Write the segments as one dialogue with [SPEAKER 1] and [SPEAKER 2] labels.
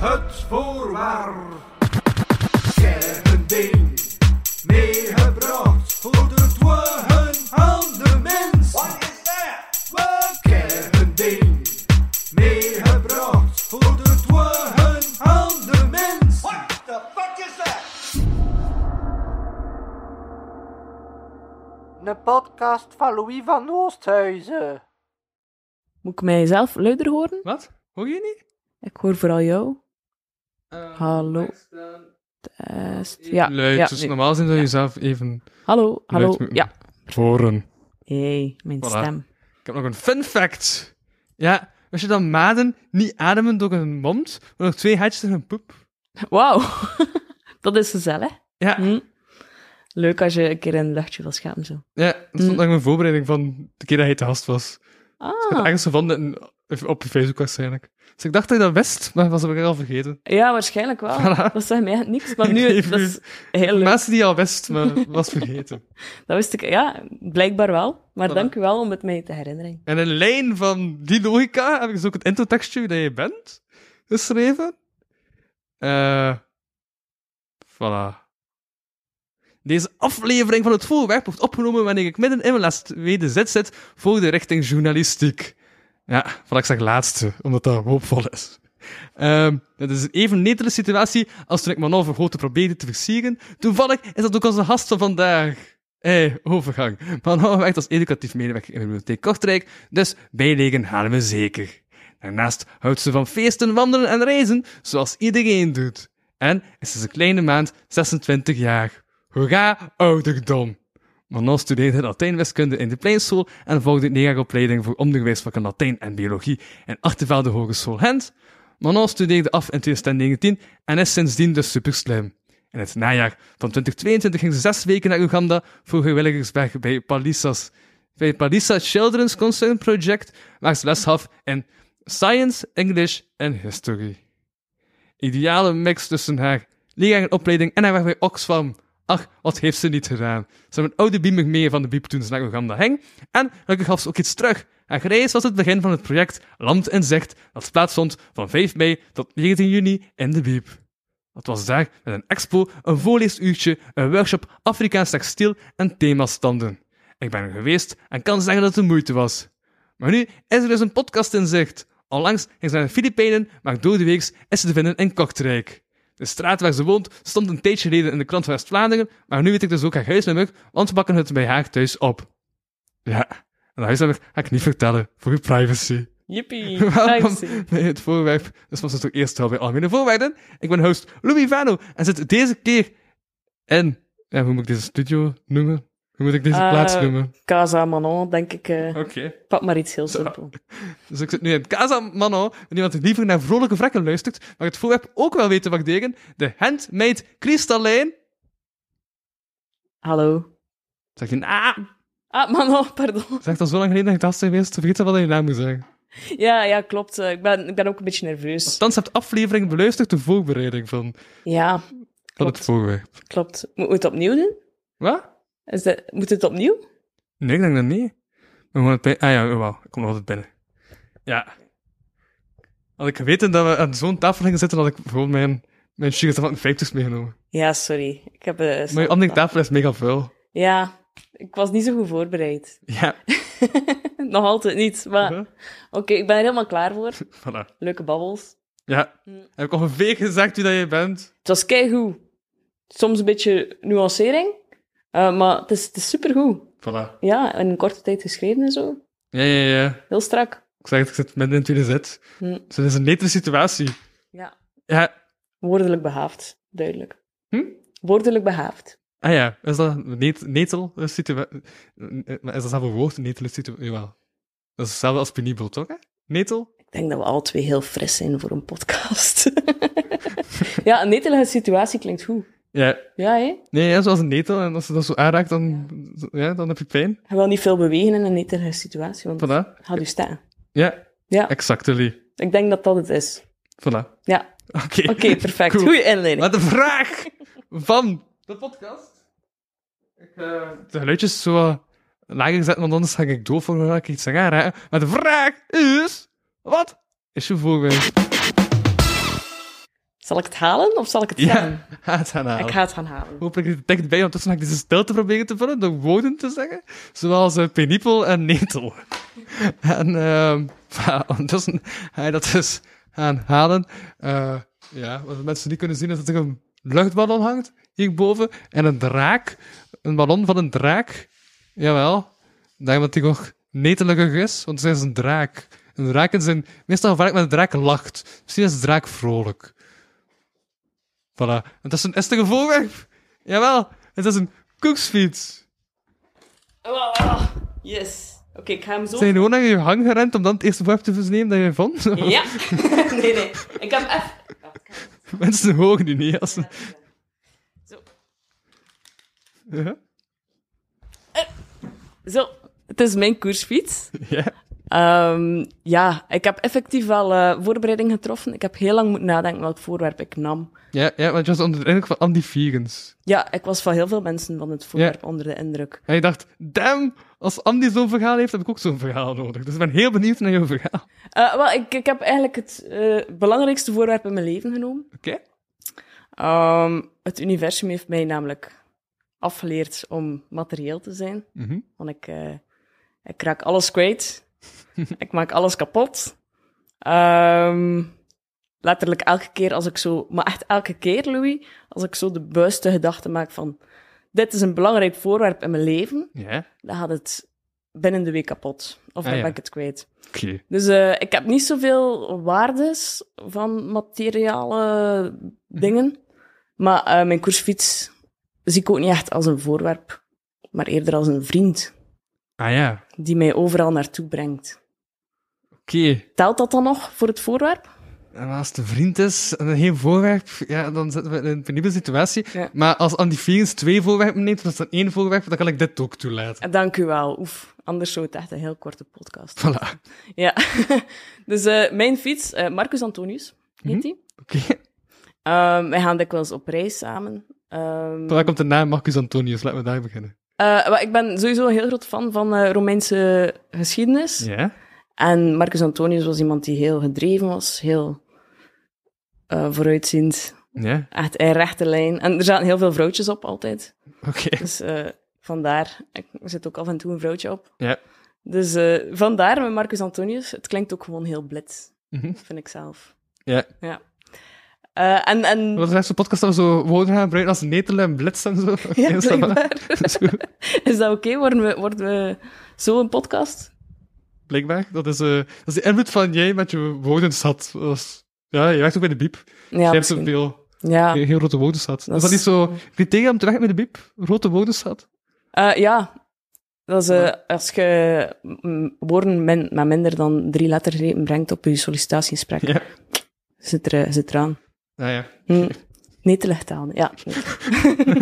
[SPEAKER 1] Het voorwaar. Kerkending. Meegebracht. Voor de dwungen van de mens. Wat is dat? We kerkending. Meegebracht. Voor de dwungen van de mens. What the fuck is that?
[SPEAKER 2] Een podcast van Louis van Oosthuizen.
[SPEAKER 3] Moet ik mijzelf luider horen?
[SPEAKER 4] Wat? Hoor je niet?
[SPEAKER 3] Ik hoor vooral jou.
[SPEAKER 4] Eh,
[SPEAKER 3] Hallo.
[SPEAKER 4] rechts staan,
[SPEAKER 3] Test.
[SPEAKER 4] even
[SPEAKER 3] Ja,
[SPEAKER 4] Luid,
[SPEAKER 3] ja,
[SPEAKER 4] dus
[SPEAKER 3] nu.
[SPEAKER 4] normaal zijn dat je zelf even
[SPEAKER 3] Hallo, hallo.
[SPEAKER 4] luid moet
[SPEAKER 3] Ja.
[SPEAKER 4] horen.
[SPEAKER 3] hey, mijn
[SPEAKER 4] Voilà.
[SPEAKER 3] stem.
[SPEAKER 4] Ik heb nog een fun fact. Ja, als je dan maden niet ademen door hun mond, maar nog twee hartjes in hun poep.
[SPEAKER 3] Wauw. Dat is gezellig.
[SPEAKER 4] Ja,
[SPEAKER 3] Hm. Leuk als je een keer in een luchtje wil schapen zo.
[SPEAKER 4] ja dat stond
[SPEAKER 3] Mm.
[SPEAKER 4] nog in mijn voorbereiding van de keer dat hij te gast was. Ik had
[SPEAKER 3] Ah,
[SPEAKER 4] ergens gevonden in- op Facebook waarschijnlijk. Dus ik dacht dat ik dat wist, maar was ik al vergeten.
[SPEAKER 3] ja, waarschijnlijk wel.
[SPEAKER 4] Voilà.
[SPEAKER 3] Dat zei mij echt niks, maar nu
[SPEAKER 4] Even-
[SPEAKER 3] dat is heel leuk.
[SPEAKER 4] Mensen die al wist, maar was vergeten.
[SPEAKER 3] Dat wist ik, ja, blijkbaar wel. Maar
[SPEAKER 4] Voilà.
[SPEAKER 3] dank u wel om het mij te herinneren.
[SPEAKER 4] En in lijn van die logica heb ik dus ook het introtekstje wie dat je bent geschreven. Eh voilà. Deze aflevering van het voorwerp wordt opgenomen wanneer ik midden in mijn laatste tweede zet zit voor de richting journalistiek. Ja, wat ik zeg laatste, omdat dat hoopvol is. Ehm, dat is een even netere situatie als toen ik mijn overgoten probeerde te versieren. Toevallig is dat ook onze gast van vandaag. Hé, Eh, overgang. oh, Manon werkt als educatief medewerker in de bibliotheek Kortrijk, dus bijlegen halen we zeker. Daarnaast houdt ze van feesten, wandelen en reizen, zoals iedereen doet. En is sinds een kleine maand 26 jaar. Hoera, ouderdom! Manon nou studeerde Latijnwiskunde in de Pleinschool en volgde een leeropleiding voor onderwijsvakken Latijn en Biologie in Achtervelde Hogeschool Gent. Manon studeerde af in 2019 en is sindsdien dus super slim. In het najaar van 2022 ging ze zes weken naar Uganda voor vrijwilligerswerk bij Palissas. Bij Palissa Children's Concern Project waar ze les gaf in Science, English en History. Ideale mix tussen haar lerarenopleiding en haar werk bij Oxfam. Ach, wat heeft ze niet gedaan. Ze hebben een oude beamer mee van de biep toen ze naar Uganda ging. En gelukkig gaf ze ook iets terug. Haar reis was het begin van het project Land in Zicht, dat plaatsvond van 5 mei tot 19 juni in de biep. Dat was daar met een expo, een voorleesuurtje, een workshop Afrikaans textiel en themastanden. Ik ben er geweest en kan zeggen dat het de moeite was. Maar nu is er dus een podcast in zicht. Onlangs ging ze naar de Filipijnen, maar door de week is ze te vinden in Kortrijk. De straat waar ze woont stond een tijdje geleden in de krant van West-Vlaanderen, maar nu weet ik dus ook haar huisnummer, want we pakken het bij haar thuis op. Ja, en dat huisnummer ga ik niet vertellen, voor uw privacy.
[SPEAKER 3] Jippie.
[SPEAKER 4] Welkom
[SPEAKER 3] privacy.
[SPEAKER 4] bij het voorwerp. Dus was het ook eerst wel bij Algemene Voorwaarden. Ik ben host Louis Vano en zit deze keer in... Ja, hoe moet ik deze studio noemen? Hoe moet ik deze
[SPEAKER 3] Eh,
[SPEAKER 4] plaats noemen?
[SPEAKER 3] Casa Manon, denk ik. eh,
[SPEAKER 4] Oké.
[SPEAKER 3] pak maar iets heel
[SPEAKER 4] Zo.
[SPEAKER 3] simpel.
[SPEAKER 4] Dus ik zit nu in Casa Mano, met iemand die liever naar vrolijke vrekken luistert, maar het voorwerp ook wel weet te waarderen. De handmade Kristallijn...
[SPEAKER 3] Hallo.
[SPEAKER 4] Zeg je, ah,
[SPEAKER 3] Ah, Manon, pardon.
[SPEAKER 4] zeg al zo lang geleden dat ik dat was geweest, vergeten wat je naam moet zeggen.
[SPEAKER 3] Ja, ja, klopt. Eh, Ik ben, ik ben ook een beetje nerveus.
[SPEAKER 4] Althans, heb je aflevering beluisterd, de voorbereiding van,
[SPEAKER 3] Ja,
[SPEAKER 4] van het
[SPEAKER 3] klopt.
[SPEAKER 4] voorwerp.
[SPEAKER 3] klopt. Moeten we het opnieuw doen?
[SPEAKER 4] Wat?
[SPEAKER 3] Is dat, moet het opnieuw?
[SPEAKER 4] Nee, ik denk dat niet. We gaan het bij... Ah ja, wauw, ik kom nog altijd binnen. Ja. Had ik geweten dat we aan zo'n tafel gingen zitten, had ik gewoon mijn, mijn sugar van de 50 meegenomen.
[SPEAKER 3] Ja, sorry. Ik heb... eh,
[SPEAKER 4] Maar je andere tafel is mega vuil.
[SPEAKER 3] Ja, ik was niet zo goed voorbereid.
[SPEAKER 4] Ja.
[SPEAKER 3] Nog altijd niet, maar...
[SPEAKER 4] Huh?
[SPEAKER 3] Oké, ik ben er helemaal klaar voor.
[SPEAKER 4] Voilà.
[SPEAKER 3] Leuke babbels.
[SPEAKER 4] Ja.
[SPEAKER 3] Hm.
[SPEAKER 4] Heb ik ongeveer gezegd wie dat je bent?
[SPEAKER 3] Het was keigoed. Soms een beetje nuancering, eh, maar het is, het is supergoed.
[SPEAKER 4] Voilà.
[SPEAKER 3] Ja, in een korte tijd geschreven en zo.
[SPEAKER 4] Ja, ja, ja.
[SPEAKER 3] Heel strak.
[SPEAKER 4] Ik zeg het, ik zit midden in de tweede zet.
[SPEAKER 3] Hm.
[SPEAKER 4] Dus het is een netere situatie.
[SPEAKER 3] Ja.
[SPEAKER 4] Ja.
[SPEAKER 3] Woordelijk behaafd, duidelijk.
[SPEAKER 4] Hm?
[SPEAKER 3] Woordelijk behaafd.
[SPEAKER 4] Ah ja, is dat een net, netel situatie? Maar is dat zelf een woord, netele situatie? Jawel. Dat is hetzelfde als penibel, toch? hè? Netel?
[SPEAKER 3] Ik denk dat we alle twee heel fris zijn voor een podcast. ja, een netelige situatie klinkt goed.
[SPEAKER 4] Ja,
[SPEAKER 3] Ja, hè?
[SPEAKER 4] Nee, ja, zoals een netel. En als ze dat zo aanraakt, dan, ja, dan heb je pijn.
[SPEAKER 3] Je wil niet veel bewegen in een netelige situatie, want
[SPEAKER 4] Voilà.
[SPEAKER 3] gaat u staan.
[SPEAKER 4] Ja,
[SPEAKER 3] Ja,
[SPEAKER 4] exactly.
[SPEAKER 3] ik denk dat dat het is.
[SPEAKER 4] Voilà.
[SPEAKER 3] Ja,
[SPEAKER 4] Oké.
[SPEAKER 3] oké, perfect.
[SPEAKER 4] Cool.
[SPEAKER 3] Goeie inleiding.
[SPEAKER 4] Maar de vraag van de podcast... Ik, eh, de geluidjes zo wat lager gezet, want anders ga ik dood voor wat ik iets ga raken. Maar de vraag is... Wat is je voorbeeld?
[SPEAKER 3] Zal ik het halen of zal ik het zeggen?
[SPEAKER 4] Ja, ga het gaan
[SPEAKER 3] Ik
[SPEAKER 4] halen.
[SPEAKER 3] ga het gaan halen.
[SPEAKER 4] Hopelijk is het echt bij, want tussen ga ik deze stilte proberen te vullen door woorden te zeggen. Zoals eh, penipel en netel. en ehm voilà, ondertussen ga je dat dus gaan halen. Eh, ja, wat de mensen niet kunnen zien is dat er een luchtballon hangt hierboven. En een draak. Een ballon van een draak. Jawel. Ik denk dat die nog neteliger is, want ze is een draak. Een draak is een, meestal gevaarlijk, maar een draak lacht. Misschien is de draak vrolijk. Voilà. En dat is een estige voorwerp. Jawel, het is een koeksfiets.
[SPEAKER 3] Wow, wow. Oh, Yes. Oké, ik ga hem zo...
[SPEAKER 4] Zijn je gewoon naar je hang gerend om dan het eerste voorwerp te vernemen dat je vond?
[SPEAKER 3] Ja. nee, nee. Ik heb even... Ja, ik kan
[SPEAKER 4] Mensen horen die niet. Als ze...
[SPEAKER 3] het. Zo.
[SPEAKER 4] ja.
[SPEAKER 3] Zo. Het is mijn koersfiets.
[SPEAKER 4] ja.
[SPEAKER 3] Ehm, ja, ik heb effectief wel eh, voorbereiding getroffen. Ik heb heel lang moeten nadenken welk voorwerp ik nam.
[SPEAKER 4] Ja, ja, want je was onder de indruk van anti-vegans.
[SPEAKER 3] Ja, ik was van heel veel mensen van het voorwerp onder de indruk.
[SPEAKER 4] En je dacht, damn, als Andy zo'n verhaal heeft, heb ik ook zo'n verhaal nodig. Dus ik ben heel benieuwd naar jouw verhaal.
[SPEAKER 3] Eh, wel, ik, ik heb eigenlijk het eh, belangrijkste voorwerp in mijn leven genomen.
[SPEAKER 4] Oké?
[SPEAKER 3] Ehm, het universum heeft mij namelijk afgeleerd om materieel te zijn.
[SPEAKER 4] Mhm.
[SPEAKER 3] Want ik, eh, ik raak alles kwijt. ik maak alles kapot. Ehm, letterlijk elke keer als ik zo... Maar echt elke keer, Louis, als ik zo de buiste gedachte maak van... Dit is een belangrijk voorwerp in mijn leven.
[SPEAKER 4] Ja.
[SPEAKER 3] Dan gaat het binnen de week kapot. Of
[SPEAKER 4] Ah,
[SPEAKER 3] dan
[SPEAKER 4] ja.
[SPEAKER 3] ben ik het kwijt.
[SPEAKER 4] Oké.
[SPEAKER 3] Dus eh, ik heb niet zoveel waardes van materiale
[SPEAKER 4] Hm.
[SPEAKER 3] dingen. Maar eh, mijn koersfiets zie ik ook niet echt als een voorwerp. Maar eerder als een vriend
[SPEAKER 4] Ah ja.
[SPEAKER 3] die mij overal naartoe brengt.
[SPEAKER 4] Oké.
[SPEAKER 3] Telt dat dan nog voor het voorwerp?
[SPEAKER 4] En als het een vriend is en geen voorwerp, ja, dan zitten we in een penibele situatie.
[SPEAKER 3] Ja.
[SPEAKER 4] Maar als Andy Vegans twee voorwerpen neemt, dat is dan één voorwerp, dan kan ik dit ook toelaten.
[SPEAKER 3] Eh, Dank u wel. Oef, anders zou het echt een heel korte podcast. zijn.
[SPEAKER 4] Voilà.
[SPEAKER 3] Ja. dus eh, mijn fiets, eh, Marcus Antonius heet hij.
[SPEAKER 4] Oké.
[SPEAKER 3] wij gaan dikwijls op reis samen. Ehm,
[SPEAKER 4] Daar komt de naam Marcus Antonius, laten we daar beginnen.
[SPEAKER 3] eh, wel, ik ben sowieso een heel groot fan van eh, Romeinse geschiedenis.
[SPEAKER 4] Ja?
[SPEAKER 3] En Marcus Antonius was iemand die heel gedreven was, heel eh, vooruitziend,
[SPEAKER 4] Ja?
[SPEAKER 3] echt in rechte lijn. En er zaten heel veel vrouwtjes op altijd.
[SPEAKER 4] Oké.
[SPEAKER 3] Dus eh, vandaar, ik zit ook af en toe een vrouwtje op.
[SPEAKER 4] Ja.
[SPEAKER 3] Dus eh, vandaar met Marcus Antonius, het klinkt ook gewoon heel blitz,
[SPEAKER 4] Mhm.
[SPEAKER 3] vind ik zelf.
[SPEAKER 4] Ja.
[SPEAKER 3] Ja. Eh, en, en...
[SPEAKER 4] Wat is de rest van de podcast dat we zo woorden gaan gebruiken als netelen en blitz en zo? Oké,
[SPEAKER 3] Ja,
[SPEAKER 4] is dat waar?
[SPEAKER 3] blijkbaar.
[SPEAKER 4] Dat is goed.
[SPEAKER 3] Is dat oké? Worden, we, worden we zo een podcast?
[SPEAKER 4] Blijkbaar. Dat is, eh, dat is de invloed van jij met je woordenschat. Dat is- ja, je werkt ook bij de biep.
[SPEAKER 3] Ja,
[SPEAKER 4] je hebt
[SPEAKER 3] misschien.
[SPEAKER 4] zoveel.
[SPEAKER 3] ja.
[SPEAKER 4] Heel grote woordenschat.
[SPEAKER 3] Dat
[SPEAKER 4] Is dat
[SPEAKER 3] is-
[SPEAKER 4] niet zo criteria om te werken met de biep? Grote woordenschat?
[SPEAKER 3] Eh, ja, dat is eh, als je mm, woorden min- met minder dan drie lettergrepen brengt op je sollicitatiegesprek.
[SPEAKER 4] Ja.
[SPEAKER 3] Zit, er, eh, zit eraan.
[SPEAKER 4] Nou ja.
[SPEAKER 3] Hm. Niet te licht aan, ja. nee.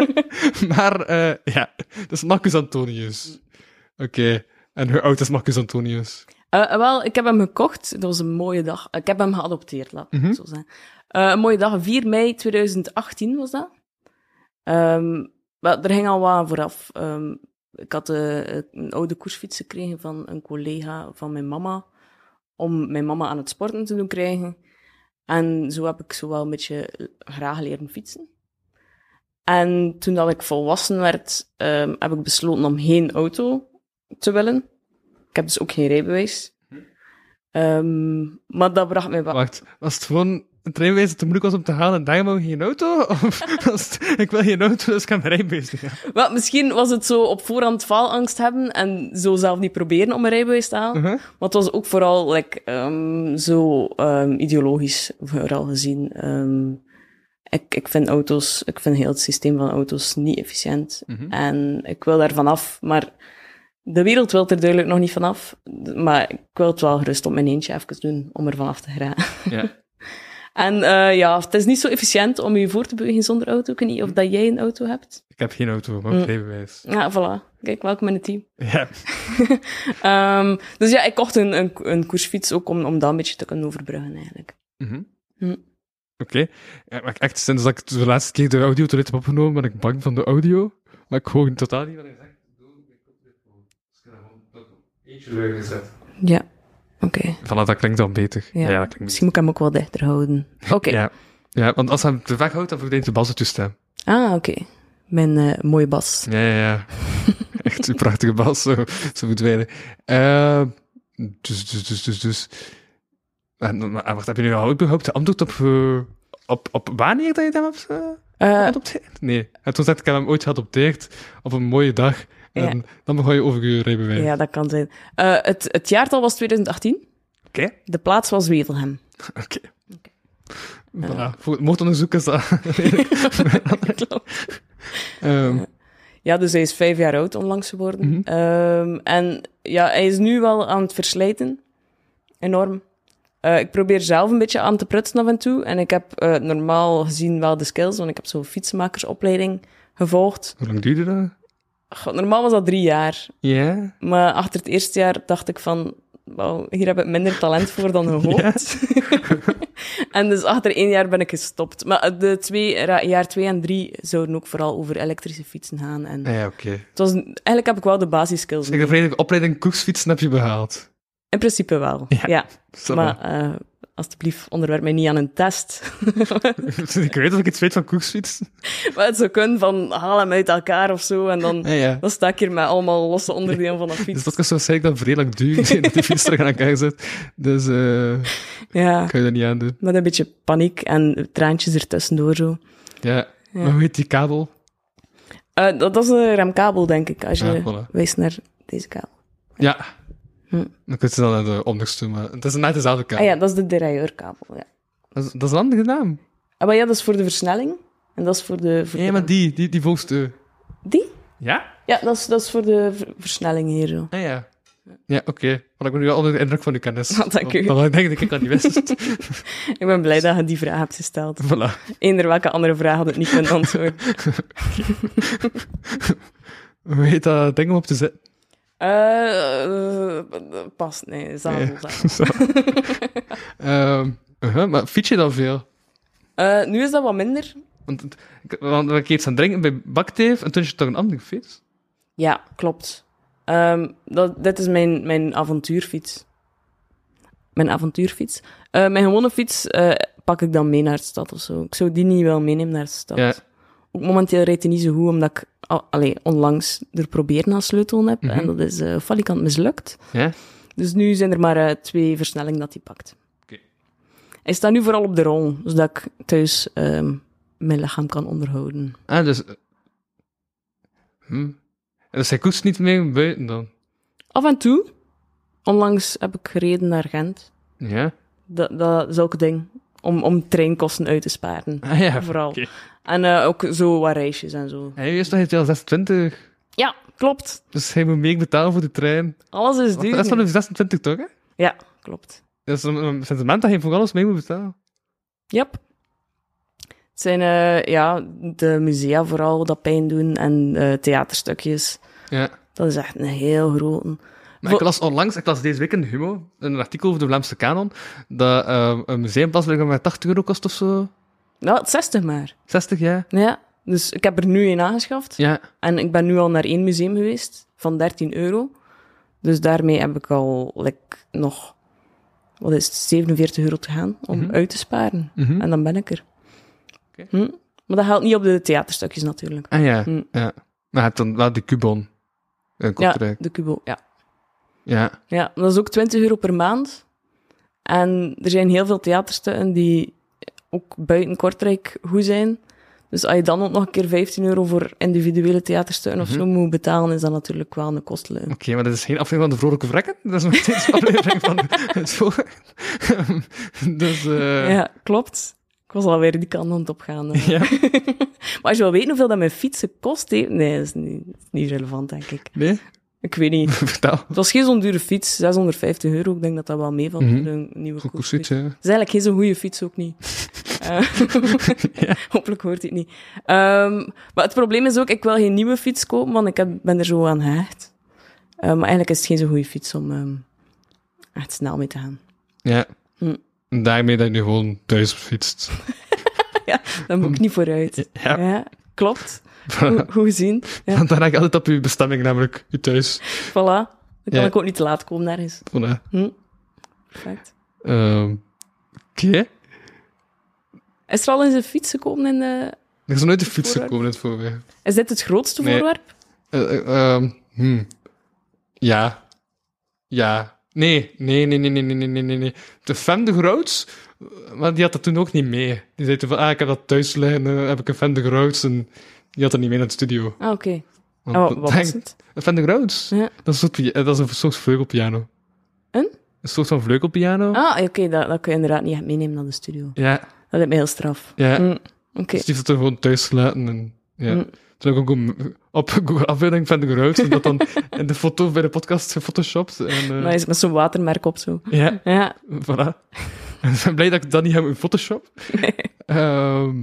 [SPEAKER 4] Maar, eh, ja, dat is Marcus Antonius. Oké. En hoe oud is Marcus Antonius?
[SPEAKER 3] Eh, wel, ik heb hem gekocht. Dat was een mooie dag. Ik heb hem geadopteerd, laat ik
[SPEAKER 4] Mhm.
[SPEAKER 3] het zo zeggen. Eh, een mooie dag, 4 mei 2018 was dat. Ehm, wel, er ging al wat aan vooraf. Ehm, ik had eh, een oude koersfiets gekregen van een collega van mijn mama. Om mijn mama aan het sporten te doen krijgen. En zo heb ik zo wel een beetje graag leren fietsen. En toen dat ik volwassen werd, ehm, heb ik besloten om geen auto te willen. Ik heb dus ook geen rijbewijs. Ehm, maar dat bracht mij wel...
[SPEAKER 4] Wacht, was het gewoon een treinwijze te moeilijk was om te halen en daarom ook geen auto? Of was het, ik wil geen auto, dus ik kan mijn rijbewijs niet halen?
[SPEAKER 3] Wel, misschien was het zo op voorhand faalangst hebben en zo zelf niet proberen om een rijbewijs te halen.
[SPEAKER 4] Mhm.
[SPEAKER 3] Maar het was ook vooral like, ehm, zo ehm, ideologisch vooral gezien. Ehm, ik, ik vind auto's, ik vind heel het systeem van auto's niet efficiënt.
[SPEAKER 4] Mhm.
[SPEAKER 3] En ik wil daar vanaf, maar de wereld wil er duidelijk nog niet vanaf. Maar ik wil het wel gerust op mijn eentje even doen om er vanaf te geraken.
[SPEAKER 4] Ja.
[SPEAKER 3] En eh, ja, het is niet zo efficiënt om je voor te bewegen zonder auto. Ik weet
[SPEAKER 4] Mhm.
[SPEAKER 3] niet of dat jij een auto hebt.
[SPEAKER 4] Ik heb geen auto, maar ook
[SPEAKER 3] Mm.
[SPEAKER 4] rijbewijs.
[SPEAKER 3] Ja, voilà. Kijk, welkom in het team.
[SPEAKER 4] Ja.
[SPEAKER 3] Ehm, dus ja, ik kocht een, een, een koersfiets ook om, om dat een beetje te kunnen overbruggen eigenlijk.
[SPEAKER 4] Mhm.
[SPEAKER 3] Hm.
[SPEAKER 4] Oké. Ja, maar ik- echt, sinds dat ik de laatste keer de audio toilet heb opgenomen, ben ik bang van de audio. Maar ik hoor totaal niet wat hij zegt.
[SPEAKER 5] Eentje leugen gezet.
[SPEAKER 3] Ja, oké.
[SPEAKER 4] Voilà, dat klinkt dan beter. Ja,
[SPEAKER 3] Ja.
[SPEAKER 4] ja dat klinkt
[SPEAKER 3] Misschien moet ik hem ook wel dichter houden. Oké.
[SPEAKER 4] Ja. ja, want als hij hem te weg houdt, dan verdient de bas het toestem.
[SPEAKER 3] Ah, oké. Mijn eh, mooie bas.
[SPEAKER 4] Ja, ja, ja. Echt een prachtige bas, zo, zo verdwijnen. Eh, dus, dus, dus, dus, dus. En, maar, en wat heb je nu al überhaupt geantwoord op, eh, op, op wanneer dat je hem hebt eh,
[SPEAKER 3] Eh,
[SPEAKER 4] geadopteerd? Nee. En toen zei ik, ik heb hem ooit geadopteerd op een mooie dag. En
[SPEAKER 3] Ja.
[SPEAKER 4] dan begon je over je rijbewijs.
[SPEAKER 3] ja, dat kan zijn. Eh, het, het jaartal was 2018.
[SPEAKER 4] Oké.
[SPEAKER 3] De plaats was Wevelhem.
[SPEAKER 4] Oké. Voilà. Voor het moordonderzoek is dat...
[SPEAKER 3] Klopt.
[SPEAKER 4] Ehm,
[SPEAKER 3] Ja, dus hij is vijf jaar oud onlangs geworden. Ehm, en ja, hij is nu wel aan het verslijten. Enorm. Eh, ik probeer zelf een beetje aan te prutsen af en toe. En ik heb eh, normaal gezien wel de skills, want ik heb zo'n fietsenmakersopleiding gevolgd.
[SPEAKER 4] Hoe lang duurde dat?
[SPEAKER 3] God, normaal was dat drie jaar.
[SPEAKER 4] Ja.
[SPEAKER 3] Maar achter het eerste jaar dacht ik van... Wauw, hier heb ik minder talent voor dan gehoopt. en dus achter één jaar ben ik gestopt. Maar eh, de twee, ra- jaar twee en drie zouden ook vooral over elektrische fietsen gaan. En
[SPEAKER 4] Nou Ja, oké.
[SPEAKER 3] het was, een- eigenlijk heb ik wel de basiskills.
[SPEAKER 4] Dus ik heb redelijk opleiding koersfietsen heb je behaald.
[SPEAKER 3] In principe wel, ja.
[SPEAKER 4] Zo.
[SPEAKER 3] Maar eh, alsjeblieft, onderwerp mij niet aan een test.
[SPEAKER 4] ik weet dat ik iets weet van koersfietsen.
[SPEAKER 3] maar het zou kunnen van haal hem uit elkaar of zo. En dan,
[SPEAKER 4] Ja, ja.
[SPEAKER 3] dan sta ik hier met allemaal losse onderdelen van dat fiets.
[SPEAKER 4] Dus dat kan zo waarschijnlijk dan vredelijk duur dat die fiets terug aan elkaar zit. Dus eh
[SPEAKER 3] Ja,
[SPEAKER 4] kan je dat niet aan doen.
[SPEAKER 3] met een beetje paniek en traantjes ertussendoor zo.
[SPEAKER 4] Ja. Maar hoe heet die kabel?
[SPEAKER 3] Eh, dat, dat is een remkabel, denk ik, als je
[SPEAKER 4] Ja, voilà.
[SPEAKER 3] wijst naar deze kabel.
[SPEAKER 4] Ja. Dan kun je ze dan naar de onderste, maar het is net dezelfde kabel.
[SPEAKER 3] Hm. Ah ja, dat is de derailleurkabel, ja.
[SPEAKER 4] dat, is, dat is een andere naam.
[SPEAKER 3] Ah, maar ja, dat is voor de versnelling. En dat is voor de... Voor
[SPEAKER 4] Ja,
[SPEAKER 3] de-
[SPEAKER 4] maar die, die, die volgste.
[SPEAKER 3] Die?
[SPEAKER 4] Ja?
[SPEAKER 3] Ja, dat is, dat is voor de ver- versnelling hier, zo.
[SPEAKER 4] Ah ja. Ja, oké. Maar ik ben nu wel onder de indruk van uw kennis.
[SPEAKER 3] Ah, dank u.
[SPEAKER 4] Want Dan denk ik dat ik dat niet wist.
[SPEAKER 3] Ik ben blij dat je die vraag hebt gesteld.
[SPEAKER 4] voilà.
[SPEAKER 3] Eender welke andere vraag had ik niet kunnen antwoorden.
[SPEAKER 4] Hoe heet dat ding om op te zetten?
[SPEAKER 3] Eh, eh, past, nee, zadel,
[SPEAKER 4] Ja.
[SPEAKER 3] zadel.
[SPEAKER 4] Zo. Ehm, uh-huh, maar fiets je dan veel?
[SPEAKER 3] Eh, nu is dat wat minder.
[SPEAKER 4] Want, het- ik- want dan heb ik iets aan het drinken bij Bakteef en toen is het toch een andere fiets?
[SPEAKER 3] Ja, klopt. Ehm, dat, dit is mijn, mijn avontuurfiets. Mijn avontuurfiets. Eh, mijn gewone fiets eh, pak ik dan mee naar de stad of zo. Ik zou die niet wel meenemen naar de stad.
[SPEAKER 4] Ja.
[SPEAKER 3] Ook momenteel rijdt hij niet zo goed, omdat ik al, allee, onlangs er proberen aan sleutel heb. En dat is eh falikant mislukt.
[SPEAKER 4] Ja?
[SPEAKER 3] Dus nu zijn er maar eh, twee versnellingen dat hij pakt.
[SPEAKER 4] Oké.
[SPEAKER 3] Hij staat nu vooral op de rol, zodat ik thuis ehm, mijn lichaam kan onderhouden.
[SPEAKER 4] Ah, dus... eh, Hm. En Dus hij koest niet meer buiten dan?
[SPEAKER 3] Af en toe, onlangs heb ik gereden naar Gent.
[SPEAKER 4] Ja?
[SPEAKER 3] Dat, dat zulke ding. Om, om treinkosten uit te sparen.
[SPEAKER 4] Ah ja,
[SPEAKER 3] Vooral.
[SPEAKER 4] oké.
[SPEAKER 3] En eh, ook zo wat reisjes en zo.
[SPEAKER 4] Hij is nog al 26,
[SPEAKER 3] Ja, klopt.
[SPEAKER 4] dus hij moet meer betalen voor de trein.
[SPEAKER 3] Alles is
[SPEAKER 4] Want de rest
[SPEAKER 3] duur.
[SPEAKER 4] van
[SPEAKER 3] nu.
[SPEAKER 4] hem is 26 toch, hè?
[SPEAKER 3] Ja, klopt.
[SPEAKER 4] Dat is een, een sentiment dat hij voor alles mee moet betalen.
[SPEAKER 3] Yep. Het zijn eh, ja, de musea vooral dat pijn doen en eh, theaterstukjes.
[SPEAKER 4] Ja.
[SPEAKER 3] Dat is echt een heel grote.
[SPEAKER 4] Maar ik las onlangs, ik las deze week in Humo, een artikel over de Vlaamse kanon, dat eh, een museumpas blijkbaar maar 80 euro kost of zo.
[SPEAKER 3] Nou, het 60 maar.
[SPEAKER 4] 60, ja?
[SPEAKER 3] Ja. Dus ik heb er nu een aangeschaft.
[SPEAKER 4] Ja.
[SPEAKER 3] En ik ben nu al naar één museum geweest van 13 euro. Dus daarmee heb ik al like, nog wat is het, 47 euro te gaan om uit te sparen. En dan ben ik er.
[SPEAKER 4] Mhm. Oké.
[SPEAKER 3] Hm? Maar dat geldt niet op de theaterstukjes natuurlijk.
[SPEAKER 4] Ah ja,
[SPEAKER 3] Mm.
[SPEAKER 4] ja. Maar je hebt dan wel de Cubon. Een
[SPEAKER 3] Ja,
[SPEAKER 4] ja.
[SPEAKER 3] de Kubo. Ja.
[SPEAKER 4] ja.
[SPEAKER 3] ja, dat is ook 20 euro per maand. En er zijn heel veel theaterstukken die ook buiten Kortrijk goed zijn. Dus als je dan ook nog een keer 15 euro voor individuele theaterstukken of
[SPEAKER 4] Mhm.
[SPEAKER 3] zo moet betalen, is dat natuurlijk wel een kostelijke.
[SPEAKER 4] Oké, maar dat is geen aflevering van de Vrolijke Vrekken. Dat is nog steeds een aflevering van het vorige. dus, eh ja.
[SPEAKER 3] Ja, klopt. Ik was alweer die kant aan het opgaan. eh.
[SPEAKER 4] Ja.
[SPEAKER 3] maar als je wil weten hoeveel dat mijn fietsen kost, hè? nee, dat is niet, dat is niet relevant, denk ik.
[SPEAKER 4] Nee?
[SPEAKER 3] Ik weet niet.
[SPEAKER 4] Vertel.
[SPEAKER 3] Het was geen zo'n dure fiets, 650 euro. Ik denk dat dat wel meevalt
[SPEAKER 4] Mhm.
[SPEAKER 3] voor een nieuwe
[SPEAKER 4] Goed
[SPEAKER 3] koersfiets.
[SPEAKER 4] koersfiets,
[SPEAKER 3] Het
[SPEAKER 4] ja.
[SPEAKER 3] is eigenlijk geen zo'n goede fiets ook niet. Eh, Hopelijk hoort hij het niet. Ehm, maar het probleem is ook, ik wil geen nieuwe fiets kopen, want ik heb, ben er zo aan gehecht. Eh, maar eigenlijk is het geen zo'n goede fiets om ehm, echt snel mee te gaan.
[SPEAKER 4] Ja.
[SPEAKER 3] Hm.
[SPEAKER 4] En daarmee dat je nu gewoon thuis fietst.
[SPEAKER 3] Daar moet ik niet vooruit.
[SPEAKER 4] Ja.
[SPEAKER 3] ja klopt. Goed, goed gezien. Ja,
[SPEAKER 4] Want dan raak je altijd op je bestemming, namelijk je thuis.
[SPEAKER 3] voilà. Dan kan
[SPEAKER 4] Ja.
[SPEAKER 3] ik ook niet te laat komen ergens.
[SPEAKER 4] Voilà.
[SPEAKER 3] Perfect.
[SPEAKER 4] Ehm, Oké.
[SPEAKER 3] Is er al eens een fiets gekomen in de...
[SPEAKER 4] Er is nog nooit de fiets
[SPEAKER 3] Voorwerp.
[SPEAKER 4] gekomen in het voorwerp.
[SPEAKER 3] Is dit het grootste
[SPEAKER 4] Nee.
[SPEAKER 3] voorwerp?
[SPEAKER 4] Eh, eh, ehm, hmm. Ja. Ja. Nee, nee, nee, nee, nee, nee, nee, nee, nee, nee. De Fem de Groots, maar die had dat toen ook niet mee. Die zei toen van, ah, ik heb dat thuis liggen, eh, heb ik een Fem de Groots, en die had dat niet mee naar de studio.
[SPEAKER 3] Ah, oké.
[SPEAKER 4] Want
[SPEAKER 3] En wa-
[SPEAKER 4] dat-
[SPEAKER 3] wat
[SPEAKER 4] denk-
[SPEAKER 3] was het?
[SPEAKER 4] Een Fender Rhodes?
[SPEAKER 3] Ja.
[SPEAKER 4] Dat, is een soort, pia- eh, dat is een soort vleugelpiano.
[SPEAKER 3] Een?
[SPEAKER 4] Een soort van vleugelpiano.
[SPEAKER 3] Ah, oké, dat, dat kun je inderdaad niet echt meenemen naar de studio.
[SPEAKER 4] Ja,
[SPEAKER 3] Dat lijkt me heel straf.
[SPEAKER 4] ja.
[SPEAKER 3] Hm, Oké.
[SPEAKER 4] Dus die heeft het er gewoon thuis gelaten. En, ja.
[SPEAKER 3] Hm.
[SPEAKER 4] Toen heb ik ook een- op Google afbeelding Fender Rhodes en dat dan in de foto bij de podcast gefotoshopt. En, eh,
[SPEAKER 3] Nice, met zo'n watermerk op zo.
[SPEAKER 4] Ja,
[SPEAKER 3] Ja,
[SPEAKER 4] voilà. ik ben blij dat ik dat niet heb in Photoshop. Ehm,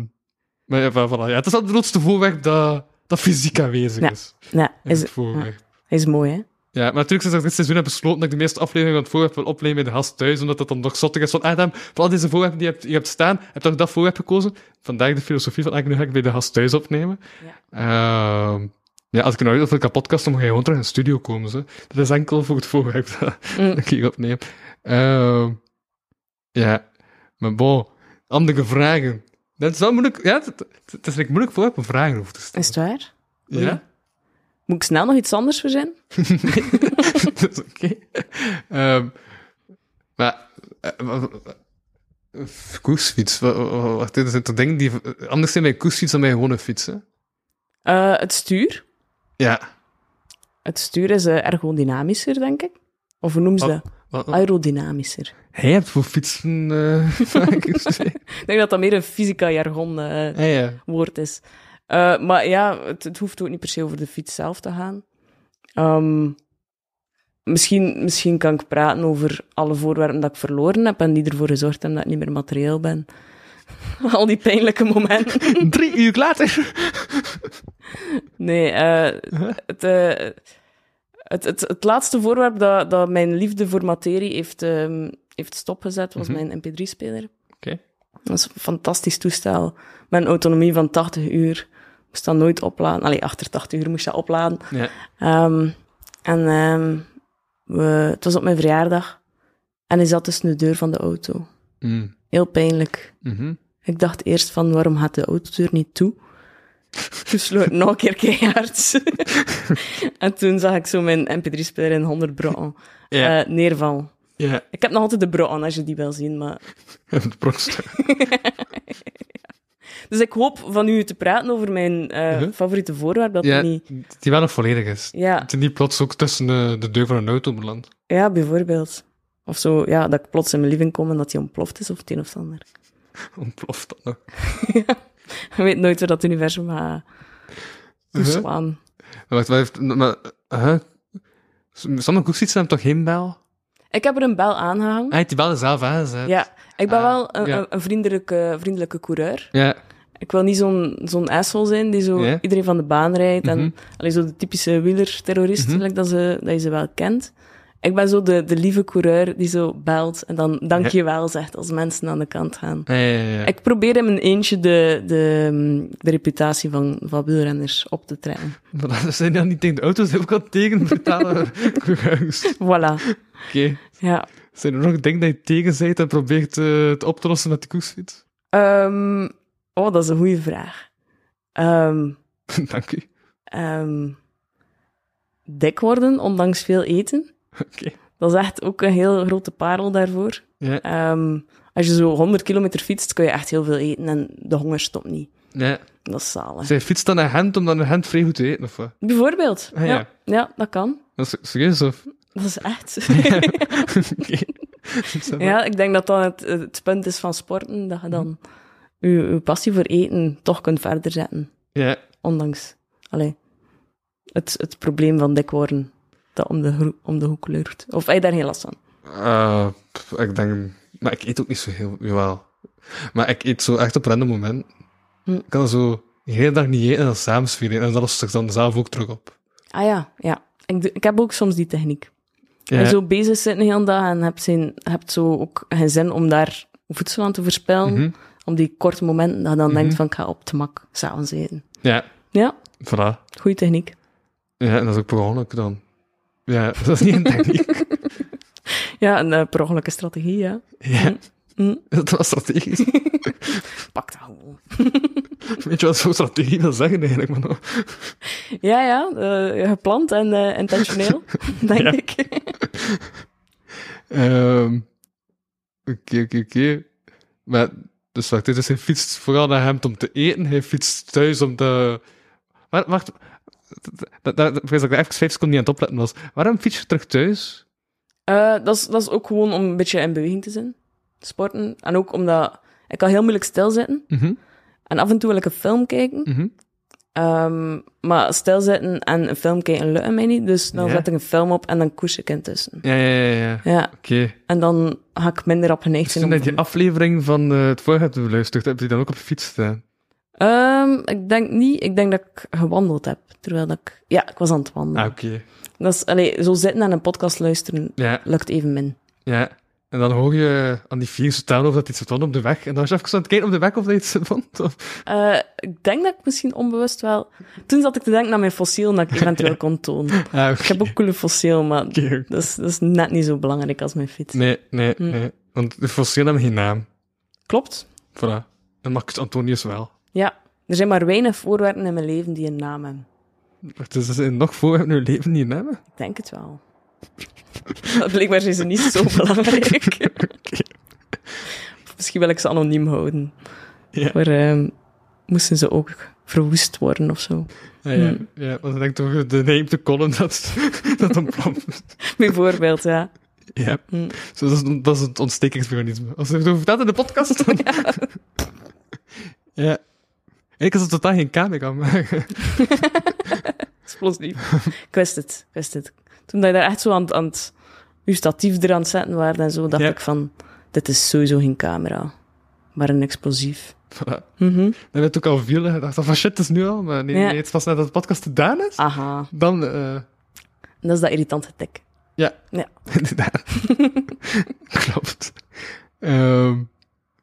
[SPEAKER 4] maar ja, voilà. ja, het is al het grootste voorwerp dat, dat fysiek aanwezig
[SPEAKER 3] Ja.
[SPEAKER 4] is.
[SPEAKER 3] ja
[SPEAKER 4] in
[SPEAKER 3] is,
[SPEAKER 4] het voorwerp.
[SPEAKER 3] ja, is mooi, hè?
[SPEAKER 4] Ja, maar natuurlijk sinds ik dit seizoen heb besloten dat ik de meeste afleveringen van het voorwerp wil opnemen bij de gast thuis, omdat dat dan nog zottig is van Adam, van al deze voorwerpen die je hebt, je hebt staan, heb je toch dat voorwerp gekozen? Vandaag de filosofie van, ah, nu ga ik bij de gast thuis opnemen. Ja, ja als ik nou heel veel kapot kast, dan ga je gewoon terug in de studio komen. Zo. Dat is enkel voor het voorwerp dat,
[SPEAKER 3] Mm.
[SPEAKER 4] dat ik hier opneem. Ehm, ja, maar bon, andere vragen. Dat is wel moeilijk, ja, het, het- het is echt moeilijk voorwerp om vragen over te stellen.
[SPEAKER 3] Is het waar?
[SPEAKER 4] Ja?
[SPEAKER 3] Moet ik snel nog iets anders verzinnen?
[SPEAKER 4] dat is oké. Ehm, maar, eh, wa- wa- wa- f- koersfiets, wa- wa- wa- wacht, dit zijn toch dingen die... Anders zijn mijn koersfiets dan mijn gewone fiets, hè?
[SPEAKER 3] Eh, het stuur.
[SPEAKER 4] Ja.
[SPEAKER 3] Het stuur is eh, ergodynamischer, denk ik. Of hoe noemen ze
[SPEAKER 4] Oh.
[SPEAKER 3] dat?
[SPEAKER 4] Wat,
[SPEAKER 3] Aerodynamischer.
[SPEAKER 4] Jij hebt voor fietsen... eh,
[SPEAKER 3] Ik denk dat dat meer een fysica-jargon eh,
[SPEAKER 4] ja, ja.
[SPEAKER 3] woord is. Eh, maar ja, het, het hoeft ook niet per se over de fiets zelf te gaan. Ehm, misschien, misschien kan ik praten over alle voorwerpen dat ik verloren heb en die ervoor gezorgd hebben dat ik niet meer materieel ben. Al die pijnlijke momenten.
[SPEAKER 4] Drie uur later.
[SPEAKER 3] Nee, eh, het, eh, het, het, het laatste voorwerp dat, dat mijn liefde voor materie heeft, ehm, heeft stopgezet, was mijn mp3-speler.
[SPEAKER 4] Oké.
[SPEAKER 3] Dat is een fantastisch toestel. Met een autonomie van 80 uur. Moest dat nooit opladen. Allee, achter 80 uur moest je dat opladen.
[SPEAKER 4] Ja.
[SPEAKER 3] Ehm, en ehm, we, het was op mijn verjaardag. En hij zat tussen de deur van de auto.
[SPEAKER 4] Mm.
[SPEAKER 3] Heel pijnlijk.
[SPEAKER 4] Mhm.
[SPEAKER 3] Ik dacht eerst van, waarom gaat de autodeur niet toe? Toen sloot het nog een keer keihard. en toen zag ik zo mijn mp3-speler in 100 brokken
[SPEAKER 4] Ja.
[SPEAKER 3] eh, neerval.
[SPEAKER 4] Ja.
[SPEAKER 3] Ik heb nog altijd de brokken, als je die wil zien. Maar...
[SPEAKER 4] Het brokste.
[SPEAKER 3] Dus ik hoop van u te praten over mijn eh,
[SPEAKER 4] Mhm.
[SPEAKER 3] favoriete voorwerp. Dat
[SPEAKER 4] Ja,
[SPEAKER 3] het niet...
[SPEAKER 4] die wel nog volledig is.
[SPEAKER 3] ja,
[SPEAKER 4] Dat die niet plots ook tussen eh, de deur van een auto belandt.
[SPEAKER 3] ja, bijvoorbeeld. Of zo, ja, dat ik plots in mijn living kom en dat die ontploft is, of het een of het ander.
[SPEAKER 4] Ontploft dat nog.
[SPEAKER 3] Je weet nooit waar dat universum eh, gaat
[SPEAKER 4] Mhm.
[SPEAKER 3] toeslaan.
[SPEAKER 4] Wacht, maar heeft... Maar, huh? Sommige koersfietsen hebben toch geen bel?
[SPEAKER 3] Ik heb er een bel aangehangen.
[SPEAKER 4] Ah, Hij heeft die bel er zelf aangezet.
[SPEAKER 3] Ja, ik ben
[SPEAKER 4] Ah,
[SPEAKER 3] wel een,
[SPEAKER 4] ja.
[SPEAKER 3] een- een vriendelijke, vriendelijke coureur.
[SPEAKER 4] Ja,
[SPEAKER 3] Ik wil niet zo'n zo'n asshole zijn die zo
[SPEAKER 4] Ja.
[SPEAKER 3] iedereen van de baan rijdt. En
[SPEAKER 4] Mhm.
[SPEAKER 3] allee, zo de typische wielerterrorist, like dat, ze, dat je ze wel kent. Ik ben zo de, de lieve coureur die zo belt en dan dank je wel zegt als mensen aan de kant gaan.
[SPEAKER 4] ja, ja. ja.
[SPEAKER 3] Ik probeer in mijn eentje de, de, mm, de reputatie van, van wielrenners op te trekken.
[SPEAKER 4] Maar dat zijn dan niet tegen de auto's, ook al tegen betalen. Oké.
[SPEAKER 3] Voilà. Ja.
[SPEAKER 4] Zijn er nog dingen dat je tegen bent en probeert eh, het op te lossen met de koersfiets?
[SPEAKER 3] Ehm, oh, dat is een goede vraag. Ehm
[SPEAKER 4] Dank u.
[SPEAKER 3] ehm, dik worden, ondanks veel eten.
[SPEAKER 4] Oké.
[SPEAKER 3] Dat is echt ook een heel grote parel daarvoor.
[SPEAKER 4] Ja.
[SPEAKER 3] Ehm, als je zo 100 kilometer fietst, kun je echt heel veel eten en de honger stopt niet.
[SPEAKER 4] Ja.
[SPEAKER 3] Dat is zalig.
[SPEAKER 4] Zij fietst dan naar Gent om dan naar Gent vrij goed te eten, of wat?
[SPEAKER 3] Bijvoorbeeld.
[SPEAKER 4] Ah, ja.
[SPEAKER 3] ja. dat kan.
[SPEAKER 4] Dat is serieus, of?
[SPEAKER 3] Dat is echt.
[SPEAKER 4] Oké.
[SPEAKER 3] ja, ik denk dat dat het, het punt is van sporten, dat je dan je, je passie voor eten toch kunt verder zetten.
[SPEAKER 4] Ja.
[SPEAKER 3] Ondanks allee, het, het probleem van dik worden dat om de, gro- om de hoek leurt. Of heb je daar geen last van?
[SPEAKER 4] Eh, pff, ik denk... Maar ik eet ook niet zo heel... Jawel. Maar ik eet zo echt op random moment.
[SPEAKER 3] Hm.
[SPEAKER 4] Ik kan zo de hele dag niet eten en dan s'avonds veel eten. En dat lost zich dan zelf ook terug op.
[SPEAKER 3] Ah ja, ja. Ik, doe- ik heb ook soms die techniek.
[SPEAKER 4] Ja.
[SPEAKER 3] En zo bezig zit de hele dag en hebt, zijn, hebt zo ook geen zin om daar voedsel aan te verspillen.
[SPEAKER 4] Mhm.
[SPEAKER 3] Om die korte momenten dat je dan denkt van ik ga op de mak s'avonds eten.
[SPEAKER 4] Ja,
[SPEAKER 3] Ja,
[SPEAKER 4] voilà.
[SPEAKER 3] goede techniek.
[SPEAKER 4] Ja, en dat is ook per ongeluk dan. Ja, dat is niet een
[SPEAKER 3] Hm.
[SPEAKER 4] techniek.
[SPEAKER 3] Ja, een eh, per ongelukke strategie, ja.
[SPEAKER 4] ja,
[SPEAKER 3] Hm,
[SPEAKER 4] dat was strategisch.
[SPEAKER 3] pak dat gewoon.
[SPEAKER 4] Weet je wat zo'n strategie wil zeggen eigenlijk? Maar nou,
[SPEAKER 3] Ja, ja, eh, gepland en eh, intentioneel, denk
[SPEAKER 4] Ja.
[SPEAKER 3] ik.
[SPEAKER 4] Ehm, Oké, oké, oké. Maar, dus wacht, dus hij fietst vooral naar hem om te eten, hij fietst thuis om te... Maar, wacht, dat, dat, dat, ik vrees dat ik daar even vijf seconden niet aan het opletten was. Waarom fiets je terug thuis?
[SPEAKER 3] Eh, dat, is, dat is ook gewoon om een beetje in beweging te zijn. Sporten. En ook omdat ik kan heel moeilijk stilzitten.
[SPEAKER 4] Mhm,
[SPEAKER 3] En af en toe wil ik een film kijken.
[SPEAKER 4] mhm.
[SPEAKER 3] Ehm, maar stilzitten en een film kijken lukt mij niet. Dus dan
[SPEAKER 4] Ja.
[SPEAKER 3] zet ik een film op en dan koers ik intussen.
[SPEAKER 4] Ja, ja, ja, ja.
[SPEAKER 3] Ja,
[SPEAKER 4] Oké.
[SPEAKER 3] en dan ga ik minder op geneigd
[SPEAKER 4] Dus
[SPEAKER 3] zijn.
[SPEAKER 4] toen
[SPEAKER 3] om
[SPEAKER 4] heb je die
[SPEAKER 3] van-
[SPEAKER 4] aflevering van eh, het vorige hebt beluisterd, heb je dan ook op je fiets staan?
[SPEAKER 3] Ehm, ik denk niet. Ik denk dat ik gewandeld heb. Terwijl dat ik... Ja, ik was aan het wandelen.
[SPEAKER 4] Ah, oké.
[SPEAKER 3] Dat is, allee, zo zitten en een podcast luisteren
[SPEAKER 4] Ja,
[SPEAKER 3] lukt even min.
[SPEAKER 4] ja. En dan hoor je aan die vier vertellen of dat iets vond op de weg. En dan was je even aan het kijken op de weg of dat iets vond. Of...
[SPEAKER 3] Eh, ik denk dat ik misschien onbewust wel... Toen zat ik te denken naar mijn fossiel dat ik eventueel kon tonen.
[SPEAKER 4] Ah, oké.
[SPEAKER 3] Ik heb ook coole fossiel, maar
[SPEAKER 4] Oké.
[SPEAKER 3] dat is, dat is net niet zo belangrijk als mijn fiets.
[SPEAKER 4] Nee, nee,
[SPEAKER 3] Hm.
[SPEAKER 4] nee. Want de fossielen hebben geen naam.
[SPEAKER 3] Klopt.
[SPEAKER 4] Voilà. En Marcus Antonius wel.
[SPEAKER 3] Ja. Er zijn maar weinig voorwerpen in mijn leven die een naam hebben.
[SPEAKER 4] Dus dat is nog voor hebben hun leven niet hebben.
[SPEAKER 3] Ik denk het wel. Maar Blijkbaar zijn ze niet zo belangrijk.
[SPEAKER 4] Oké.
[SPEAKER 3] Of Misschien wil ik ze anoniem houden.
[SPEAKER 4] Ja.
[SPEAKER 3] Maar ehm, moesten ze ook verwoest worden of zo.
[SPEAKER 4] Ja, ja, ja, want dan denk ik toch de name te column dat, dat ontploft.
[SPEAKER 3] Bijvoorbeeld, ja.
[SPEAKER 4] Ja.
[SPEAKER 3] Hm.
[SPEAKER 4] Zo, dat, is, dat is het ontstekingsmechanisme. Als we het over dat in de podcast dan- Ja. Ik had er totaal geen camera maken.
[SPEAKER 3] Explosief. ik wist het, ik wist het. Toen dat je daar echt zo aan, het- aan het... Je statief er aan het zetten waren en zo, dacht
[SPEAKER 4] Ja.
[SPEAKER 3] ik van... Dit is sowieso geen camera. Maar een explosief.
[SPEAKER 4] Voilà.
[SPEAKER 3] Mhm.
[SPEAKER 4] Dan werd ook al viel. Ik dacht van shit, het is nu al. Maar nee,
[SPEAKER 3] Ja.
[SPEAKER 4] nee het is pas net dat de podcast gedaan is.
[SPEAKER 3] Aha.
[SPEAKER 4] Dan, eh,
[SPEAKER 3] En dat is dat irritante tik.
[SPEAKER 4] ja.
[SPEAKER 3] Ja.
[SPEAKER 4] Inderdaad. Klopt. Ehm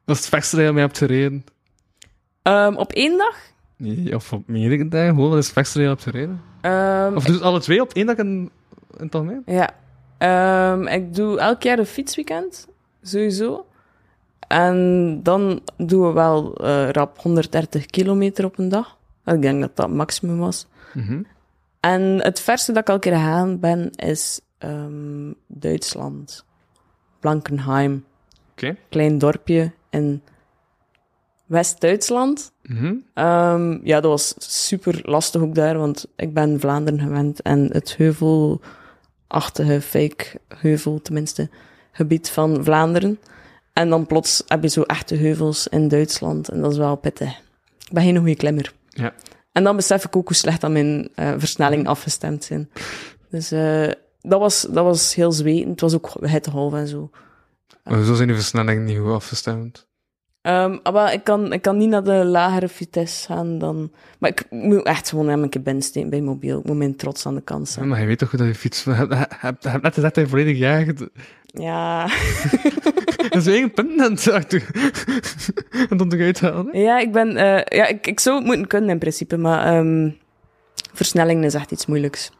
[SPEAKER 4] dat is het verste dat je mee hebt gereden.
[SPEAKER 3] Ehm, op één dag?
[SPEAKER 4] Nee, of op meerdere dagen. Gewoon, dat is het verste dat je hebt gereden.
[SPEAKER 3] Ehm,
[SPEAKER 4] Of dus alle twee op één dag in, in het algemeen?
[SPEAKER 3] Ja. Ehm, ik doe elk jaar een fietsweekend. Sowieso. En dan doen we wel eh, rap 130 kilometer op een dag. Ik denk dat dat het maximum was.
[SPEAKER 4] Mhm.
[SPEAKER 3] En het verste dat ik al keer gegaan ben, is ehm, Duitsland. Blankenheim.
[SPEAKER 4] Oké.
[SPEAKER 3] Klein dorpje in West-Duitsland.
[SPEAKER 4] Mhm.
[SPEAKER 3] Ehm, ja, dat was super lastig ook daar, want ik ben Vlaanderen gewend en het heuvelachtige, fake heuvel tenminste, gebied van Vlaanderen. En dan plots heb je zo echte heuvels in Duitsland en dat is wel pittig. Ik ben geen goede klimmer.
[SPEAKER 4] Ja.
[SPEAKER 3] En dan besef ik ook hoe slecht dat mijn eh versnelling afgestemd zijn. Dus eh, dat, was, dat was heel zwetend. Het was ook hittegolf en zo.
[SPEAKER 4] Maar Zo zijn de versnellingen niet goed afgestemd.
[SPEAKER 3] Ehm, maar ik kan, ik kan niet naar de lagere vitesse gaan dan... Maar ik moet echt gewoon hem een keer binnensteken bij mobiel. Ik moet mijn trots aan de kant
[SPEAKER 4] Ja,
[SPEAKER 3] zetten.
[SPEAKER 4] maar je weet toch goed dat je fiets... Je hebt, je hebt- je hebt net gezegd dat je volledig jaagt.
[SPEAKER 3] Ja.
[SPEAKER 4] Dat is weer een punt aan het achter- aan het onderuit halen. hè?
[SPEAKER 3] ja, ik ben... eh, ja, ik, ik zou het moeten kunnen in principe, maar... ehm, versnelling is echt iets moeilijks.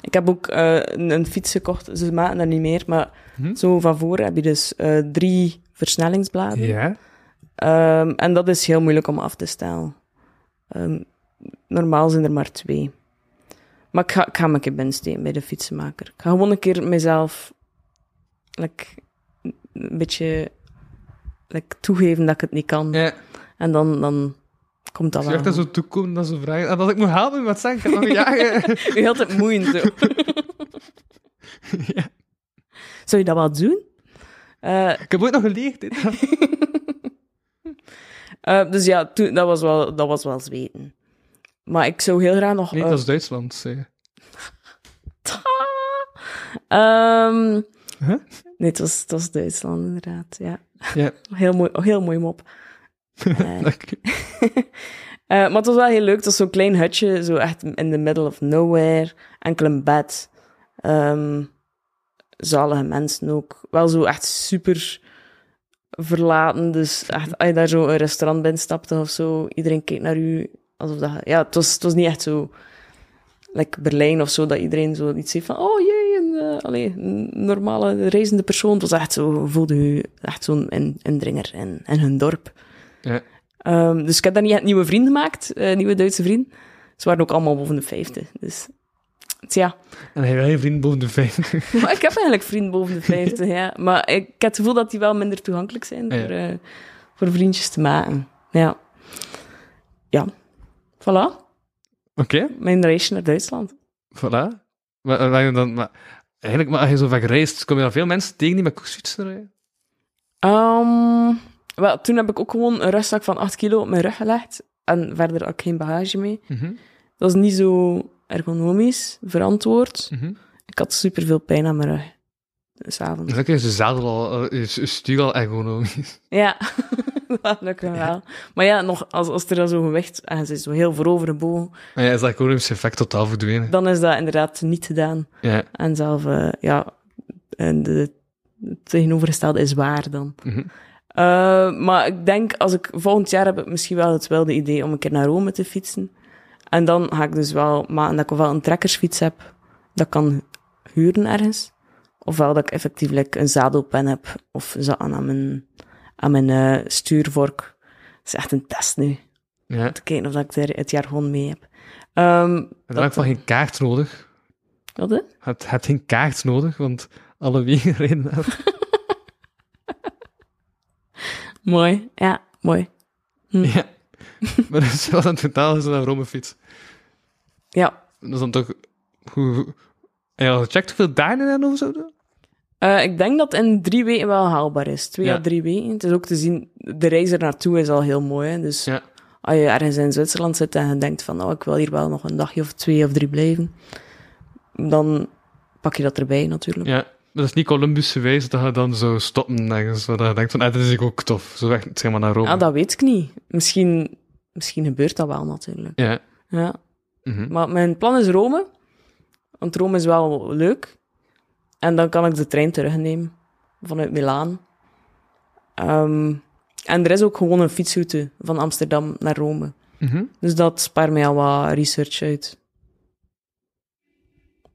[SPEAKER 3] Ik heb ook eh, een, een fiets gekocht. Ze maken dat niet meer, maar
[SPEAKER 4] Mhm.
[SPEAKER 3] zo van voren heb je dus eh, drie versnellingsbladen.
[SPEAKER 4] Ja.
[SPEAKER 3] Ehm, en dat is heel moeilijk om af te stellen. Ehm, normaal zijn er maar twee. Maar ik ga, ik ga me een keer binnensteken bij de fietsenmaker. Ik ga gewoon een keer mezelf like, een beetje like, toegeven dat ik het niet kan.
[SPEAKER 4] Ja.
[SPEAKER 3] En dan, dan komt dat
[SPEAKER 4] Als
[SPEAKER 3] wel.
[SPEAKER 4] je echt daar zo toe komt, dan zo vragen... En als ik moet helpen, moet ik wat zeggen? Ik heb nog een jagen.
[SPEAKER 3] U had het moeiend. Zo.
[SPEAKER 4] Ja.
[SPEAKER 3] Zou je dat wel doen? Eh,
[SPEAKER 4] Ik heb ooit nog geleerd. hè.
[SPEAKER 3] eh, dus ja, toen, dat, was wel, dat was wel zweten. Maar ik zou heel graag nog...
[SPEAKER 4] Nee,
[SPEAKER 3] eh,
[SPEAKER 4] dat is Duitsland. Zeg.
[SPEAKER 3] Ehm,
[SPEAKER 4] Huh?
[SPEAKER 3] Nee, het was, het was Duitsland inderdaad, ja.
[SPEAKER 4] Ja.
[SPEAKER 3] Heel mooi, heel mooi mop. Eh, eh,
[SPEAKER 4] Dank je.
[SPEAKER 3] maar het was wel heel leuk. Het was zo'n klein hutje, zo echt in the middle of nowhere. Enkel een bed. Ehm, zalige mensen ook. Wel zo echt super verlaten. Dus echt, als je daar zo een restaurant binnenstapte of zo, iedereen keek naar u. Alsof dat... Ja, het was, het was niet echt zo... Like Berlijn of zo, dat iedereen zo iets heeft van... Oh jee, een allee, een normale reizende persoon. Het was echt zo, voelde u echt zo'n in- indringer in, in hun dorp.
[SPEAKER 4] Ja.
[SPEAKER 3] Ehm, dus ik heb daar niet echt nieuwe vrienden gemaakt, eh, nieuwe Duitse vrienden. Ze waren ook allemaal boven de 50. Dus tja,
[SPEAKER 4] En hij wil geen vriend boven de 50.
[SPEAKER 3] maar ik heb eigenlijk vrienden boven de 50, ja. Maar ik, ik heb het gevoel dat die wel minder toegankelijk zijn
[SPEAKER 4] Ja.
[SPEAKER 3] voor, eh, voor vriendjes te maken. Ja. Ja. Voilà.
[SPEAKER 4] Oké,
[SPEAKER 3] Mijn reisje naar Duitsland.
[SPEAKER 4] voilà. Maar, eh, waar je dan, maar, eigenlijk, maar als je zo vaak reist, kom je dan veel mensen tegen die met koersfietsen rijden?
[SPEAKER 3] Ehm, wel, toen heb ik ook gewoon een rugzak van 8 kilo op mijn rug gelegd. En verder had ik geen bagage mee.
[SPEAKER 4] Mhm,
[SPEAKER 3] Dat is niet zo ergonomisch, verantwoord.
[SPEAKER 4] mhm.
[SPEAKER 3] Ik had superveel pijn aan mijn rug. eh, S'avonds.
[SPEAKER 4] Dus dan kun je ze zadel al, eh, je je stuur al ergonomisch.
[SPEAKER 3] Ja, dat lukt me wel. Maar ja, nog, als, als er dan zo'n gewicht en ze is zo heel voorover gebogen,
[SPEAKER 4] Maar ja, is dat ergonomisch effect totaal verdwenen.
[SPEAKER 3] dan is dat inderdaad niet gedaan.
[SPEAKER 4] Ja.
[SPEAKER 3] En zelf, eh, ja, en de, het tegenovergestelde is waar dan.
[SPEAKER 4] Mhm.
[SPEAKER 3] Eh, maar ik denk, als ik volgend jaar heb ik misschien wel het wilde idee om een keer naar Rome te fietsen. En dan ga ik dus wel maken dat ik ofwel een trekkersfiets heb, dat ik kan huren ergens. Ofwel dat ik effectievelijk een zadelpen heb of zat aan mijn, aan mijn eh, stuurvork. Het is echt een test nu.
[SPEAKER 4] ja.
[SPEAKER 3] Om te kijken of dat ik er het jaar gewoon mee heb. Ehm
[SPEAKER 4] En dan heb je wel geen kaart nodig.
[SPEAKER 3] Wat, hè?
[SPEAKER 4] Je hebt, je hebt geen kaart nodig, want alle wegen rijden daar.
[SPEAKER 3] Mooi, ja, mooi.
[SPEAKER 4] ja. Maar dat is wel in totaal is dat een romme fiets.
[SPEAKER 3] Ja,
[SPEAKER 4] Dat is dan toch... Hoe, hoe- heb je al gecheckt hoeveel dagen er over zouden?
[SPEAKER 3] Eh, ik denk dat in drie weken wel haalbaar is. Twee
[SPEAKER 4] Ja.
[SPEAKER 3] à drie weken. Het is ook te zien, de reis er naartoe is al heel mooi. Hè? Dus
[SPEAKER 4] Ja.
[SPEAKER 3] als je ergens in Zwitserland zit en je denkt van, oh, ik wil hier wel nog een dagje of twee of drie blijven, dan pak je dat erbij natuurlijk.
[SPEAKER 4] Ja, dat is niet Columbus geweest dat je dan zo stoppen ergens. Dat je denkt van, ah, dit is ook tof. Zo weg, zeg maar, naar Rome.
[SPEAKER 3] Ah, dat weet ik niet. Misschien, misschien gebeurt dat wel natuurlijk.
[SPEAKER 4] Ja.
[SPEAKER 3] Ja.
[SPEAKER 4] Mhm.
[SPEAKER 3] Maar mijn plan is Rome, want Rome is wel leuk. En dan kan ik de trein terugnemen vanuit Milaan. Ehm, en er is ook gewoon een fietsroute van Amsterdam naar Rome.
[SPEAKER 4] Mhm.
[SPEAKER 3] Dus dat spaart mij al wat research uit.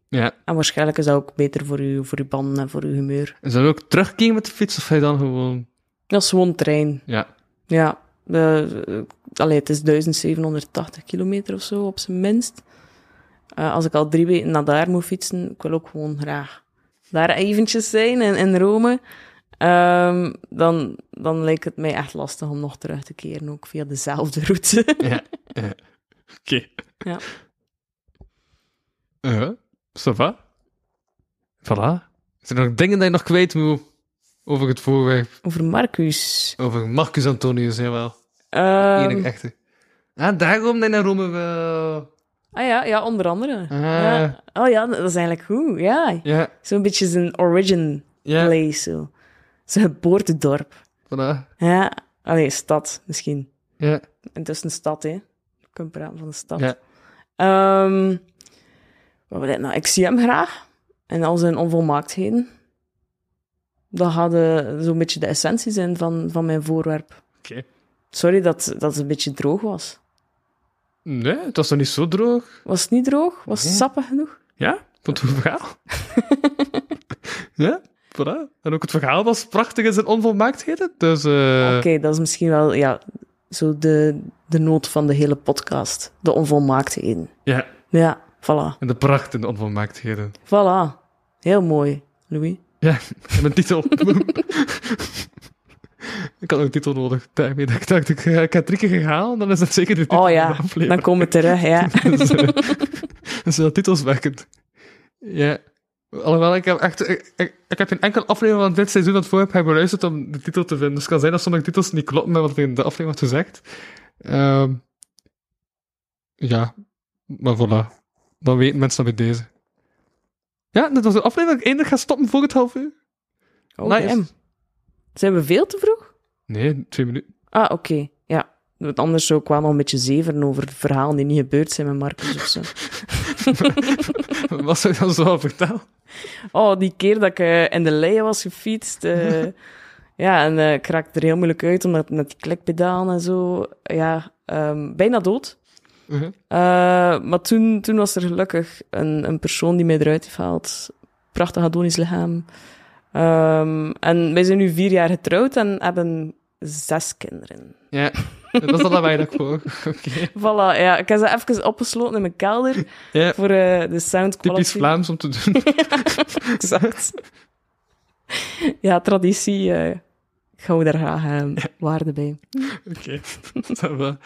[SPEAKER 4] Ja.
[SPEAKER 3] En waarschijnlijk is dat ook beter voor uw, voor uw banden en voor uw humeur.
[SPEAKER 4] En zou je ook terugkeren met de fiets of ga je dan gewoon...
[SPEAKER 3] Dat is gewoon trein.
[SPEAKER 4] Ja.
[SPEAKER 3] Ja, de, eh, allee, het is 1780 kilometer of zo, op zijn minst. Eh, als ik al drie weken naar daar moet fietsen, ik wil ook gewoon graag daar eventjes zijn in, in Rome. Ehm, dan, dan lijkt het mij echt lastig om nog terug te keren, ook via dezelfde route.
[SPEAKER 4] Ja. ja. Oké.
[SPEAKER 3] Ja.
[SPEAKER 4] Ja. Ça va? Voilà. Zijn er nog dingen die je nog kwijt moet over het voorwerp?
[SPEAKER 3] Over Marcus.
[SPEAKER 4] Over Marcus Antonius, jawel.
[SPEAKER 3] Ehm,
[SPEAKER 4] Enig echte. Ah, daarom dat je naar Rome wel...
[SPEAKER 3] ah ja, ja, onder andere.
[SPEAKER 4] Ah.
[SPEAKER 3] Ja. Oh ja, dat is eigenlijk goed. Ja,
[SPEAKER 4] Ja.
[SPEAKER 3] zo'n beetje zijn origin
[SPEAKER 4] Ja.
[SPEAKER 3] place. Zo. Zijn geboortedorp.
[SPEAKER 4] Voilà.
[SPEAKER 3] Ja, allee, stad misschien.
[SPEAKER 4] Ja.
[SPEAKER 3] Intussen stad, hè. Je kunt praten van de stad.
[SPEAKER 4] Ja.
[SPEAKER 3] Ehm, wat wil ik nou? Ik zie hem graag. En al zijn onvolmaaktheden. Dat hadden zo'n beetje de essentie zijn van, van mijn voorwerp.
[SPEAKER 4] Oké.
[SPEAKER 3] Sorry dat, dat het een beetje droog was.
[SPEAKER 4] Nee, het was nog niet zo droog.
[SPEAKER 3] Was het niet droog? Was het
[SPEAKER 4] Nee.
[SPEAKER 3] sappig genoeg?
[SPEAKER 4] Ja, vond het een goed verhaal. ja, voilà. En ook het verhaal was prachtig in zijn onvolmaaktheden. Dus eh,
[SPEAKER 3] Oké, dat is misschien wel ja, zo de, de noot van de hele podcast. De onvolmaaktheden.
[SPEAKER 4] ja,
[SPEAKER 3] Ja, voilà.
[SPEAKER 4] en de pracht in de onvolmaaktheden.
[SPEAKER 3] Voilà. Heel mooi, Louis.
[SPEAKER 4] Ja, en een titel. ik had ook een titel nodig. Daarmee dat Ik dacht, ik, eh, ik heb drie keer gehaald, dan is dat zeker de titel
[SPEAKER 3] Oh
[SPEAKER 4] van
[SPEAKER 3] ja,
[SPEAKER 4] de aflevering.
[SPEAKER 3] dan komen we terug, ja.
[SPEAKER 4] dus, eh, dat is wel titelswerkend. Ja. Alhoewel, ik heb echt... Ik, ik, ik heb geen enkele aflevering van dit seizoen dat voor heb beluisterd om de titel te vinden. Dus het kan zijn dat sommige titels niet kloppen met wat er in de aflevering wordt gezegd. Ehm, ja. Maar voilà. Dan weten mensen dat bij deze. Ja, dat was de aflevering dat ik eindelijk ga stoppen voor het half uur.
[SPEAKER 3] Oh,
[SPEAKER 4] Nice.
[SPEAKER 3] damn. Zijn we veel te vroeg?
[SPEAKER 4] Nee, twee minuten.
[SPEAKER 3] Ah, oké, ja. Want anders zou ik wel nog een beetje zeveren over verhalen die niet gebeurd zijn met Marcus of zo.
[SPEAKER 4] wat zou je dan zo al vertellen?
[SPEAKER 3] Oh, die keer dat ik eh, in de leien was gefietst. eh, ja, en eh, ik raakte er heel moeilijk uit, omdat met die klikpedalen en zo. Ja, ehm, bijna dood.
[SPEAKER 4] Mhm.
[SPEAKER 3] Eh, maar toen, toen was er gelukkig een, een persoon die mij eruit heeft gehaald. prachtig Adonisch lichaam. Ehm, en wij zijn nu vier jaar getrouwd en hebben zes kinderen.
[SPEAKER 4] Ja, dat was al dat weinig voor. Oké.
[SPEAKER 3] Voilà, ja. Ik heb ze even opgesloten in mijn kelder
[SPEAKER 4] Ja,
[SPEAKER 3] voor eh, de sound quality.
[SPEAKER 4] typisch Vlaams om te doen.
[SPEAKER 3] exact. ja, traditie. eh ik hou daar graag eh, waarde bij.
[SPEAKER 4] Oké, dat wel.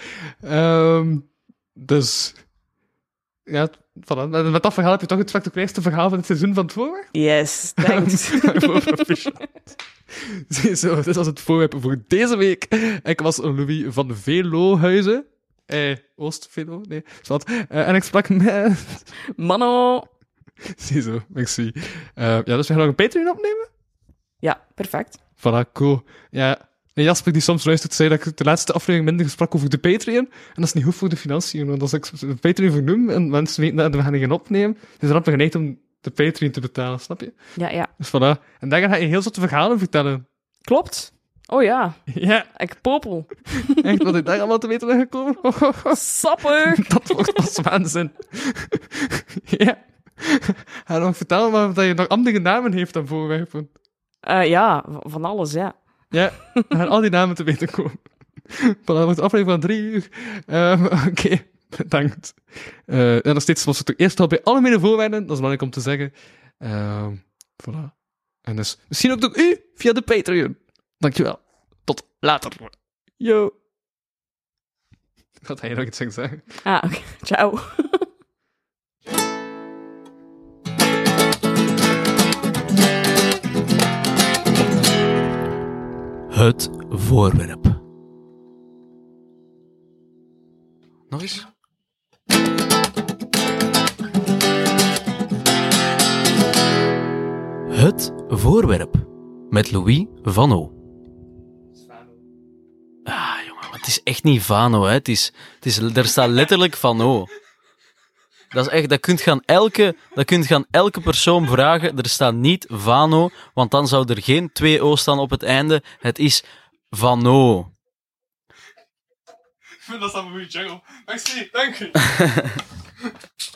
[SPEAKER 4] Ehm, dus... Ja, voilà. Met dat verhaal heb je toch het spectaculairste verhaal van het seizoen van het voorjaar?
[SPEAKER 3] Yes, thanks.
[SPEAKER 4] Voor proficiat. Zo, dit was het voorwerp voor deze week. Ik was Louis van Velohuizen. Eh, Oost-Velo? Nee, zwart. Eh, en ik sprak met...
[SPEAKER 3] Mano!
[SPEAKER 4] Ziezo, merci. Eh, ja, dus we gaan nog een Patreon opnemen?
[SPEAKER 3] Ja, perfect.
[SPEAKER 4] Voilà, cool. Ja, en Jasper die soms luistert, zei dat ik de laatste aflevering minder gesprak over de Patreon. En dat is niet goed voor de financiën, want als ik de Patreon vernoem en mensen weten dat we gaan die gaan opnemen, is het rap geneigd om de Patreon te betalen, snap je?
[SPEAKER 3] Ja, ja.
[SPEAKER 4] Dus voilà. En daar ga je heel soort verhalen vertellen.
[SPEAKER 3] Klopt. Oh ja,
[SPEAKER 4] Ja.
[SPEAKER 3] ik popel.
[SPEAKER 4] Echt, wat ik daar allemaal te weten ben gekomen. Oh,
[SPEAKER 3] Sapper!
[SPEAKER 4] dat wordt pas waanzin. ja. Ga nog vertellen maar dat je nog andere namen heeft dan voorwerpen.
[SPEAKER 3] Eh, ja, v- van alles, ja.
[SPEAKER 4] Ja, we gaan al die namen te weten komen. Voilà, dat wordt een aflevering van drie uur. Ehm, Oké, bedankt. Eh, en nog steeds was het ook eerst al bij alle mede voorwaarden. Dat is belangrijk om te zeggen. Ehm, voilà. En dus misschien ook door u via de Patreon. Dankjewel. Tot later. Yo. Gaat hij nog iets zeggen?
[SPEAKER 3] Ah, oké. Ciao.
[SPEAKER 5] Het voorwerp. Nog eens? Het voorwerp met Louis Vano. Ah, jongen, maar het is echt niet Vano, hè? Het is, het is, er staat letterlijk Vano. Dat is echt, dat kunt gaan elke, dat kunt gaan elke persoon vragen. Er staat niet Vano, want dan zou er geen 2 O staan op het einde. Het is Vano.
[SPEAKER 4] Ik vind dat een goede jungle. Merci, dank u.